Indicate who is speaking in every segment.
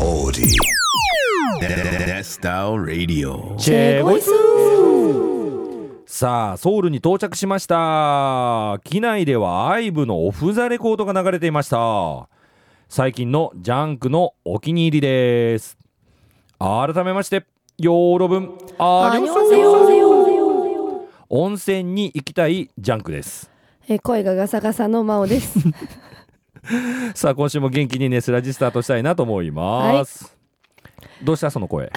Speaker 1: Audi. That's Style Radio.
Speaker 2: チェボイスさあソウルに到着しました機内では IVE のオフ・ザ・レコードが流れていました最近のジャンクのお気に入りです改めましてヨーロ分ありがとうございます温泉に行きたいジャンクです
Speaker 3: えー声がガサガサの真央です
Speaker 2: さあ今週も元気にネスラジスタートしたいなと思います、どうしたその声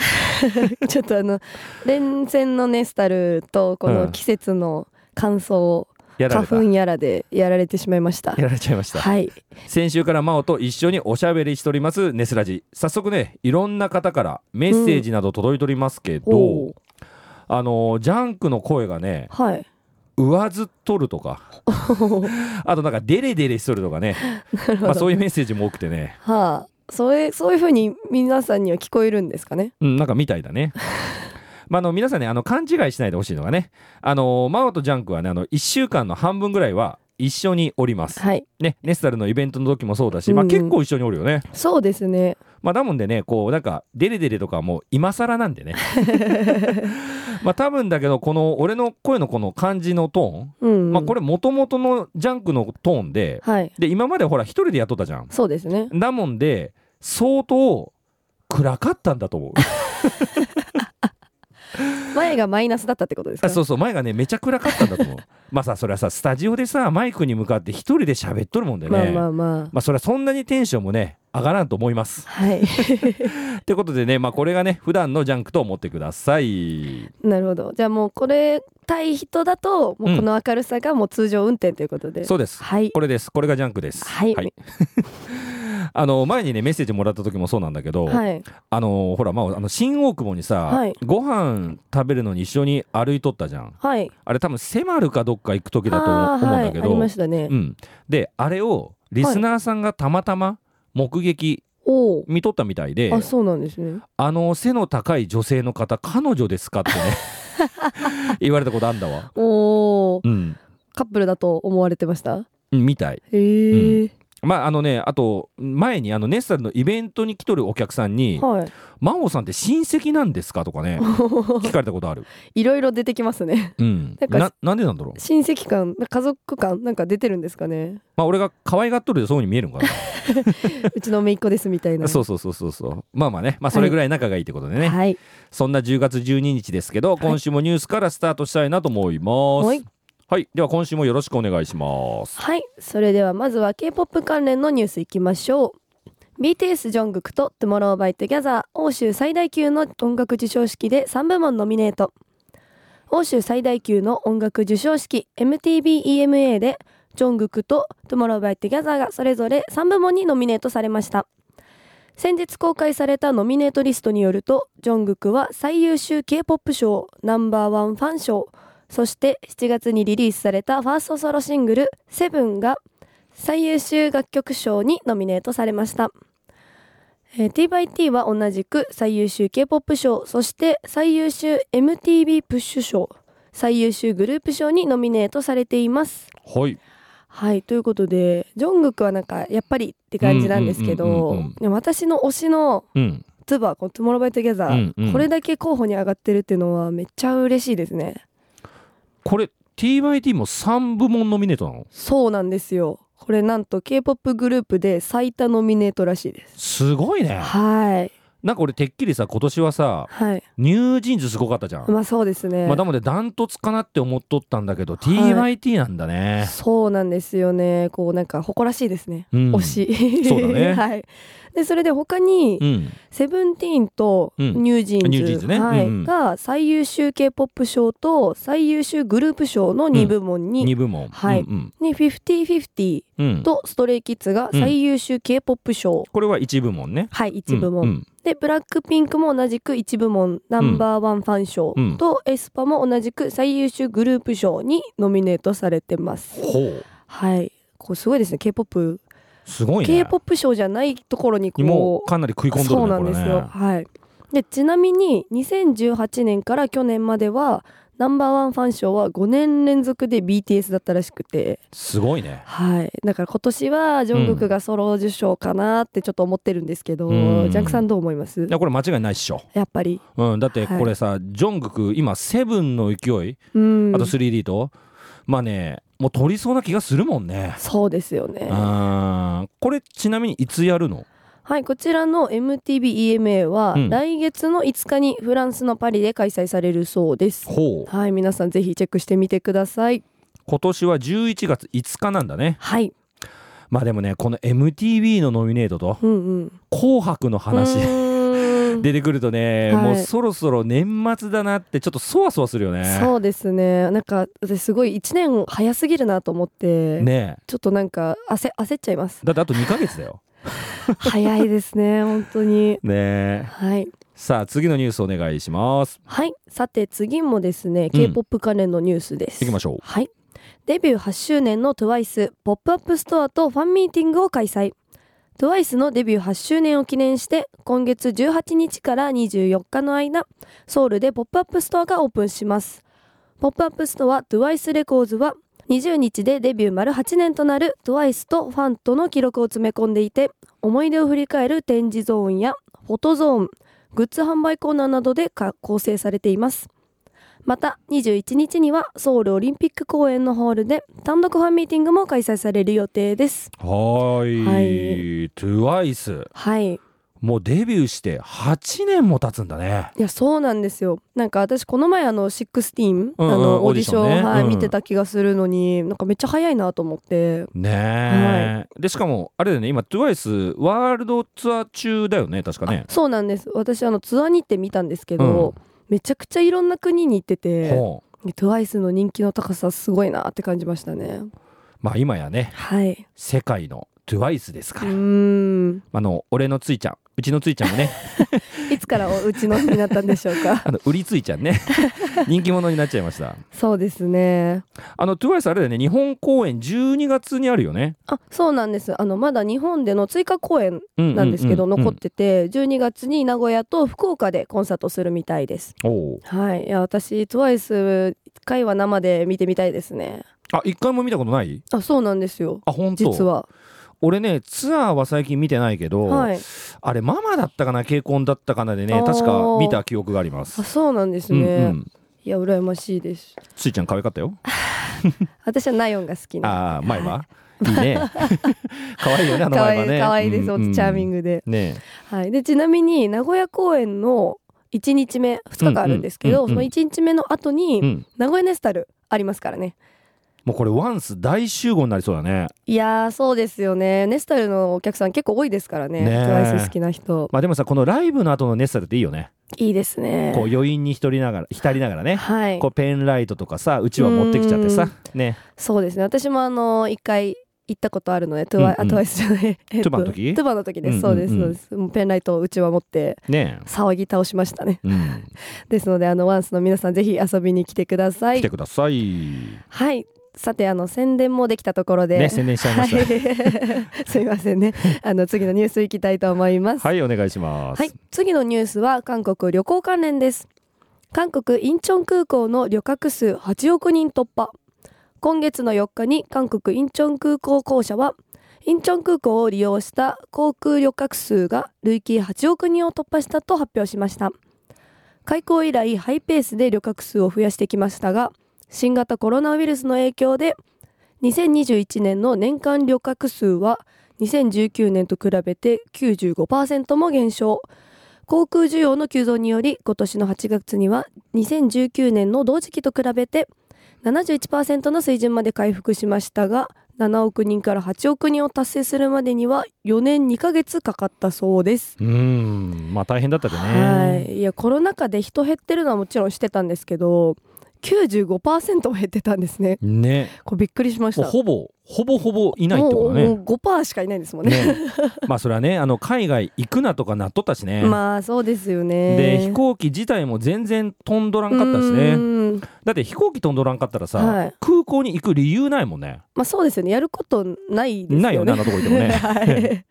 Speaker 3: ちょっとあの連戦のネスタルとこ
Speaker 2: うん
Speaker 3: の季節の乾燥を
Speaker 2: やら
Speaker 3: 花
Speaker 2: れた
Speaker 3: 粉やらでやられてしまいました
Speaker 2: やられちゃいました
Speaker 3: はい
Speaker 2: 先週から真央と一緒におしゃべりしておりますネスラジ早速ねいろんな方からメッセージなど届いておりますけど、
Speaker 3: おー
Speaker 2: あのージャンクの声がね
Speaker 3: はい
Speaker 2: 上ずっとるとかあとなんかデレデレしとるとかね まあ、そういうメッセージも多くてね、
Speaker 3: はあそれそういう風に皆さんには聞こえるんですかね
Speaker 2: うん、なんかみたいだ ね。まあ、あの皆さんねあの勘違いしないでほしいのがねあのー真央とジャンクはねあの1週間の半分ぐらいは一緒におります、
Speaker 3: はい
Speaker 2: ね、ネスタルのイベントの時もそうだし、まあ、
Speaker 3: うん
Speaker 2: 結構一緒におるよね。
Speaker 3: そうですね
Speaker 2: まあ、だもんでねこうなんかデレデレとかはもう今更なんで ねまあ多分だけどこの俺の声のこの感じのトーン、
Speaker 3: うん、
Speaker 2: まあ、これ元々のジャンクのトーンで
Speaker 3: はい
Speaker 2: で今までほら一人でやっとったじゃん
Speaker 3: そうですね
Speaker 2: だもんで相当暗かったんだと 思う
Speaker 3: 前がマイナスだったってことですか
Speaker 2: あそうそう前がねめちゃ暗かったんだと思うまあさそれはさスタジオでさマイクに向かって一人で喋っとるもんでね
Speaker 3: まあまあま
Speaker 2: まあそれはそんなにテンションもね上がらんと思います
Speaker 3: あはい
Speaker 2: ってことでねまあこれがね普段のジャンクと思ってください
Speaker 3: なるほどじゃあもうこれ対人だともうこの明るさがもう通常運転ということで、
Speaker 2: そうです
Speaker 3: はい
Speaker 2: これです。これがジャンクです。
Speaker 3: はい
Speaker 2: あの前にねメッセージもらった時もそうなんだけど、
Speaker 3: はい
Speaker 2: あのほらまああの新大久保にさ、
Speaker 3: はい
Speaker 2: ご飯食べるのに一緒に歩いとったじゃん。
Speaker 3: はい
Speaker 2: あれ多分セマルかどっか行く時だと
Speaker 3: あー
Speaker 2: 思うんだけ
Speaker 3: はい、あり
Speaker 2: ど、
Speaker 3: ましたね、
Speaker 2: うん。であれをリスナーさんがたまたま目撃
Speaker 3: お
Speaker 2: 見とったみたいで、
Speaker 3: おあそうなんですね
Speaker 2: あの背の高い女性の方彼女ですかってね 言われたことあんだわ。
Speaker 3: おお
Speaker 2: うん。
Speaker 3: カップルだと思われてました
Speaker 2: うんみたい。
Speaker 3: へえ、
Speaker 2: まああのねあと前にあのネスタルのイベントに来とるお客さんに。
Speaker 3: はい
Speaker 2: 真央さんって親戚なんですかとかね聞かれたことある、
Speaker 3: いろいろ出てきますね
Speaker 2: うん、
Speaker 3: なんか
Speaker 2: ななんでなんだろう
Speaker 3: 親戚感家族感なんか出てるんですかね
Speaker 2: まあ俺が可愛がっとるでそうに見えるんか
Speaker 3: うちの姪っ子ですみたい
Speaker 2: な
Speaker 3: な
Speaker 2: そううそうそうそうそうまあまあねまあそれぐらい仲がいいってことでね、
Speaker 3: はい
Speaker 2: そんな10月12日ですけど今週もニュースからスタートしたいなと思います
Speaker 3: はい、
Speaker 2: はい、では今週もよろしくお願いします
Speaker 3: はいそれではまずは K-POP 関連のニュースいきましょう BTS ジョングクと TOMORROWBYTOGETHER 欧州最大級の音楽授賞式で3部門ノミネート欧州最大級の音楽授賞式 MTVEMA でジョングクと TOMORROWBYTOGETHER がそれぞれ3部門にノミネートされました先日公開されたノミネートリストによるとジョングクは最優秀 K-POP 賞ナンバーワンファン賞そして7月にリリースされたファーストソロシングル「セブンが最優秀楽曲賞にノミネートされました、えー TYT は同じく最優秀 K-POP 賞そして最優秀 MTV プッシュ賞最優秀グループ賞にノミネートされています
Speaker 2: はい
Speaker 3: はいということでジョングクはなんかやっぱりって感じなんですけ
Speaker 2: うんうんうんう
Speaker 3: ど
Speaker 2: んうん
Speaker 3: でも私の推しの
Speaker 2: うん
Speaker 3: ツバこの「トゥモローバイトギャザ
Speaker 2: う
Speaker 3: ー、
Speaker 2: んうん
Speaker 3: これだけ候補に上がってるっていうのはめっちゃ嬉しいですね
Speaker 2: これ TYT も3部門ノミネートなの
Speaker 3: そうなんですよこれなんと K-POP グループで最多ノミネートらしいです
Speaker 2: すごいね
Speaker 3: はい
Speaker 2: なんか俺てっきりさ今年はさ
Speaker 3: はい
Speaker 2: ニュージーンズすごかったじゃん
Speaker 3: まあそうですね、
Speaker 2: まあ、なのでダントツかなって思っとったんだけど、
Speaker 3: は
Speaker 2: TYT なんだね。
Speaker 3: そうなんですよねこうなんか誇らしいですね、
Speaker 2: うん
Speaker 3: 推し
Speaker 2: そうだね
Speaker 3: はい、でそれで他に
Speaker 2: うん、
Speaker 3: セブンティーンと
Speaker 2: うん
Speaker 3: ニュージーンズ,、
Speaker 2: ニュージーンズね
Speaker 3: はい
Speaker 2: うんうん
Speaker 3: が最優秀 K-POP 賞と最優秀グループ賞の2部門に、
Speaker 2: 2部門。
Speaker 3: はい
Speaker 2: うん
Speaker 3: に50/50
Speaker 2: うんうん
Speaker 3: とストレイキッズが最優秀 K-POP 賞、
Speaker 2: これは1部門ね。
Speaker 3: はい1部門、
Speaker 2: うん
Speaker 3: でブラックピンクも同じく1部門ナンバーワンファン賞
Speaker 2: うん
Speaker 3: と、エスパも同じく最優秀グループ賞にノミネートされてます
Speaker 2: うん。ほう。
Speaker 3: はいこうすごいですね K-POP、
Speaker 2: すごいね。
Speaker 3: K-POP 賞じゃないところにこう
Speaker 2: もうかなり食い込んど
Speaker 3: そ
Speaker 2: る
Speaker 3: う
Speaker 2: ね、
Speaker 3: な
Speaker 2: こ
Speaker 3: ん
Speaker 2: れ
Speaker 3: で
Speaker 2: ね。
Speaker 3: すよはいでちなみに2018年から去年まではナンバーワンファン賞は5年連続で BTS だったらしくて、
Speaker 2: すごいね。
Speaker 3: はい、だから今年はジョングクがソロ受賞かなってちょっと思ってるんですけど、
Speaker 2: うん
Speaker 3: ジャンクさんどう思います
Speaker 2: いやこれ間違いないっしょ。
Speaker 3: やっぱり、
Speaker 2: うん、だってこれさ、ジョングク今セブンの勢い、
Speaker 3: うん
Speaker 2: あと 3D と、まあねもう取りそうな気がするもんね。
Speaker 3: そうですよね。
Speaker 2: うんこれちなみにいつやるの
Speaker 3: はい、こちらの MTVEMA は、
Speaker 2: うん
Speaker 3: 来月の5日にフランスのパリで開催されるそうです。
Speaker 2: ほう
Speaker 3: はい、皆さんぜひチェックしてみてください。
Speaker 2: 今年は11月5日なんだね
Speaker 3: はい、
Speaker 2: まあでもねこの MTV のノミネートと
Speaker 3: うんうん。
Speaker 2: 「紅白」の話
Speaker 3: うーん
Speaker 2: 出てくるとね、
Speaker 3: はい
Speaker 2: もうそろそろ年末だなってちょっとそわそわするよね。
Speaker 3: そうですね。なんか私すごい1年早すぎるなと思って、
Speaker 2: ねえ
Speaker 3: ちょっとなんか焦焦っちゃいます。
Speaker 2: だってあと2ヶ月だ よ。
Speaker 3: 早いで すね、本当に。
Speaker 2: ねえ
Speaker 3: はい。
Speaker 2: さあ次のニュースお願いします。
Speaker 3: はい、さて次もです
Speaker 2: う
Speaker 3: ね、
Speaker 2: ん
Speaker 3: K-POP 関連のニュースです。
Speaker 2: 行きましょう。
Speaker 3: はい。デビュー8周年の TWICE ポップアップストアとファンミーティングを開催。TWICE のデビュー8周年を記念して、今月18日から24日の間、ソウルでポップアップストアがオープンします。ポップアップストア TWICE レコーズは、20日でデビュー丸8年となる TWICE とファンとの記録を詰め込んでいて、思い出を振り返る展示ゾーンやフォトゾーン、グッズ販売コーナーなどで構成されています。また21日にはソウルオリンピック公園のホールで単独ファンミーティングも開催される予定です
Speaker 2: は
Speaker 3: は
Speaker 2: ーい。TWICE
Speaker 3: はいい
Speaker 2: もうデビューして8年も経つんだね。
Speaker 3: やそうなんですよなんか私この前あの16、
Speaker 2: うんうん
Speaker 3: あの
Speaker 2: オ
Speaker 3: オ
Speaker 2: ー
Speaker 3: ー
Speaker 2: デ
Speaker 3: デ
Speaker 2: ィ
Speaker 3: ィ
Speaker 2: シ
Speaker 3: シ
Speaker 2: ョ
Speaker 3: ョ
Speaker 2: ン
Speaker 3: ン、
Speaker 2: ね
Speaker 3: はい
Speaker 2: うん
Speaker 3: 見てた気がするのになんかめっちゃ早いなと思って
Speaker 2: ねえ、でしかもあれだよね今 TWICE ワールドツアー中だよね確かね。
Speaker 3: そうなんです私あのツアーに行って見たんですけど、めちゃくちゃいろんな国に行ってて
Speaker 2: ほう
Speaker 3: TWICE の人気の高さすごいなって感じましたね
Speaker 2: まあ今やね
Speaker 3: はい
Speaker 2: 世界の TWICE です
Speaker 3: う
Speaker 2: から。
Speaker 3: ーん
Speaker 2: あの俺のついちゃんうちのついちゃんもね
Speaker 3: いつからおうちのになったんでしょう か
Speaker 2: あの売りついちゃん ね人気者になっちゃいました。
Speaker 3: そうですね
Speaker 2: あの TWICE あれだよね日本公演12月にあるよね。
Speaker 3: あそうなんですあのまだ日本での追加公演なんですけど、残ってて12月に名古屋と福岡でコンサートするみたいです
Speaker 2: おおう
Speaker 3: はいいや私 TWICE1 回は生で見てみたいですね
Speaker 2: あ一回も見たことない
Speaker 3: あそうなんですよ
Speaker 2: あ本当
Speaker 3: 実は
Speaker 2: 俺ねツアーは最近見てないけど、
Speaker 3: はい
Speaker 2: あれママだったかな慶婚だったかなでね
Speaker 3: あー
Speaker 2: 確か見た記憶がありま
Speaker 3: あ
Speaker 2: す。
Speaker 3: そうなんです
Speaker 2: うん
Speaker 3: ね、
Speaker 2: うん、
Speaker 3: いや羨ましいです
Speaker 2: ついちゃん可愛かったよ。
Speaker 3: 私はナヨンが好きな
Speaker 2: ああ前 はいいね。可愛いよねあの
Speaker 3: 可
Speaker 2: 前
Speaker 3: 愛
Speaker 2: はいね。
Speaker 3: 可愛いです、
Speaker 2: うんうん
Speaker 3: チャーミングで
Speaker 2: ねえ
Speaker 3: はい、でちなみに名古屋公演の1日目2日間あるんですけ
Speaker 2: う
Speaker 3: ど、
Speaker 2: んうんうんうん
Speaker 3: その1日目の後に、
Speaker 2: うん、
Speaker 3: 名古屋ネスタルありますからね
Speaker 2: もうこれワンス大集合になりそうだね。
Speaker 3: いやーそうですよねネスタルのお客さん結構多いですからね
Speaker 2: ねえ
Speaker 3: TWICE 好きな人
Speaker 2: まあでもさこのライブの後のネスタルっていいよね。
Speaker 3: いいですね
Speaker 2: こう余韻に浸りながら浸りながらね。
Speaker 3: はい
Speaker 2: こうペンライトとかさうちは持ってきちゃってさね
Speaker 3: そうですね私もあの一回行ったことあるので
Speaker 2: んうん
Speaker 3: TWICE、あ TWICE じゃない、えっ
Speaker 2: トゥ
Speaker 3: と
Speaker 2: バの時
Speaker 3: トゥバの時です、
Speaker 2: うんう
Speaker 3: そう
Speaker 2: う
Speaker 3: んで
Speaker 2: ん
Speaker 3: すそうですもうペンライトをうちは持って
Speaker 2: ね
Speaker 3: 騒ぎ倒しましたね
Speaker 2: え、うん、
Speaker 3: ですのであのワンスの皆さんぜひ遊びに来てくださ
Speaker 2: 来
Speaker 3: い
Speaker 2: てください、
Speaker 3: はいさてあの宣伝もできたところで、
Speaker 2: ね宣伝しちゃいました
Speaker 3: はいすい ませんねあの次のニュースいきたいと思います
Speaker 2: はいお願いします、
Speaker 3: はい、次のニュースは韓国旅行関連です。韓国インチョン空港の旅客数8億人突破。今月の4日に韓国インチョン空港公社は、インチョン空港を利用した航空旅客数が累計8億人を突破したと発表しました。開港以来ハイペースで旅客数を増やしてきましたが、新型コロナウイルスの影響で、2021年の年間旅客数は2019年と比べて95%も減少航空需要の急増により今年の8月には2019年の同時期と比べて71%の水準まで回復しましたが7億人から8億人を達成するまでには4年2ヶ月かかったそうです。
Speaker 2: うーんまあ大変だったでね
Speaker 3: はい、いやコロナ禍で人減ってるのはもちろんしてたんですけど95%も減ってたんですね
Speaker 2: ね
Speaker 3: これびっくりしまし
Speaker 2: もう
Speaker 3: た
Speaker 2: ほぼほぼほぼいないってこと
Speaker 3: もう
Speaker 2: ね
Speaker 3: もう5%しかいないんですもんね
Speaker 2: ねまあそれはねあの海外行くなとかなっとったしね、
Speaker 3: まあそうですよね
Speaker 2: で飛行機自体も全然飛んどらんかったし
Speaker 3: う
Speaker 2: ね
Speaker 3: ーん
Speaker 2: だって飛行機飛んどらんかったらさ、
Speaker 3: はい
Speaker 2: 空港に行く理由ないもんね
Speaker 3: まあそうですよねやることないですよね
Speaker 2: ないよねあんなとこ行ってもね
Speaker 3: はい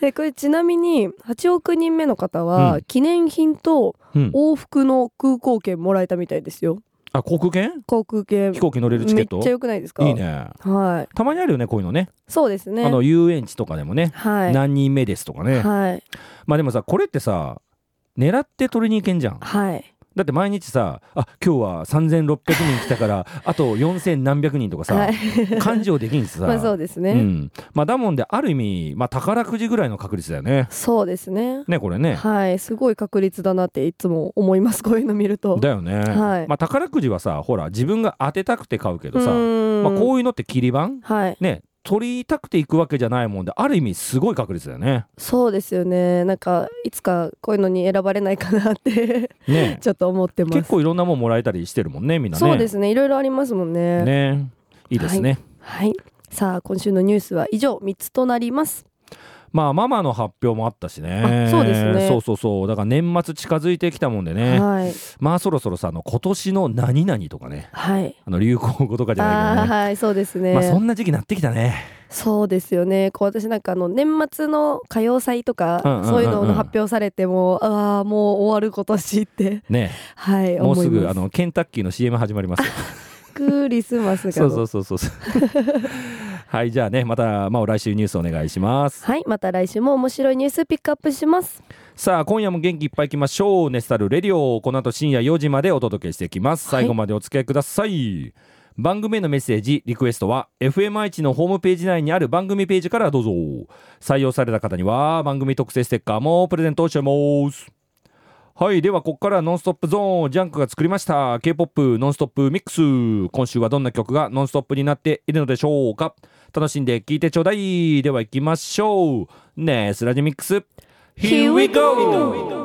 Speaker 3: でこれちなみに8億人目の方
Speaker 2: う
Speaker 3: は
Speaker 2: ん
Speaker 3: 記念品と
Speaker 2: うん
Speaker 3: 往復の空港券もらえたみたいですよ、
Speaker 2: あ航空券
Speaker 3: 航空券
Speaker 2: 飛行機乗れるチケット
Speaker 3: めっちゃ良くないですか
Speaker 2: いいね
Speaker 3: は
Speaker 2: たまにあるよねこういうのね
Speaker 3: いそうですね
Speaker 2: あの遊園地とかでもね、
Speaker 3: はい
Speaker 2: 何人目ですとかね、
Speaker 3: はい
Speaker 2: まあでもさこれってさ狙って取りに行けんじゃん
Speaker 3: はい
Speaker 2: だって毎日さあ今日は3600人来たから あと4000何百人とかさ、
Speaker 3: はい
Speaker 2: 感情できんしさ
Speaker 3: まあそうですね、
Speaker 2: うん、まあだもんである意味、まあ、宝くじぐらいの確率だよね
Speaker 3: そうですね
Speaker 2: ねこれね
Speaker 3: はいすごい確率だなっていつも思いますこういうの見ると
Speaker 2: だよね、
Speaker 3: はい
Speaker 2: まあ宝くじはさほら自分が当てたくて買うけどさ、
Speaker 3: ま
Speaker 2: まあ、こういうのって切り板
Speaker 3: はい
Speaker 2: ね取りたくて行くわけじゃないもんである意味すごい確率だよね
Speaker 3: そうですよねなんかいつかこういうのに選ばれないかなって
Speaker 2: ね
Speaker 3: ちょっと思ってます
Speaker 2: 結構いろんなもんもらえたりしてるもんねみんなね
Speaker 3: そうですねいろいろありますもんね
Speaker 2: ねいいですね、
Speaker 3: はいさあ今週のニュースは以上3つとなります
Speaker 2: まあママの発表もあったしね
Speaker 3: あそうですね
Speaker 2: そうそうそうだから年末近づいてきたもんでね
Speaker 3: はい
Speaker 2: まあそろそろさあの今年の何々とかね
Speaker 3: はい
Speaker 2: あの流行語とかじゃないけ
Speaker 3: あ
Speaker 2: ど
Speaker 3: ー
Speaker 2: ね
Speaker 3: はいそうですね、
Speaker 2: まあそんな時期になってきたね
Speaker 3: そうですよねこう私なんかあの年末の歌謡祭とか、
Speaker 2: うんうんうんうん
Speaker 3: そういうのの発表されてもああもう終わる今年って
Speaker 2: ね
Speaker 3: はい
Speaker 2: もうす
Speaker 3: 思い
Speaker 2: ぐ
Speaker 3: ま
Speaker 2: あのケンタッキーの CM 始まり ますよ
Speaker 3: クリスマスが
Speaker 2: そうそうそうそうそうはいじゃあねまた、まあ、来週ニュースお願いします
Speaker 3: はいまた来週も面白いニュースピックアップします
Speaker 2: さあ今夜も元気いっぱいいきましょうネスタルレディオこの後深夜4時までお届けしていきます
Speaker 3: はい
Speaker 2: 最後までお付き合いください、番組へのメッセージリクエストは FMI のホームページ内にある番組ページからどうぞ採用された方には番組特製ステッカーもプレゼントしてますはいではここからノンストップゾーンジャンクが作りました K-POP ノンストップミックス今週はどんな曲がノンストップになっているのでしょうか楽しんで聴いてちょうだいでは行きましょうネスラジミックス Here we go!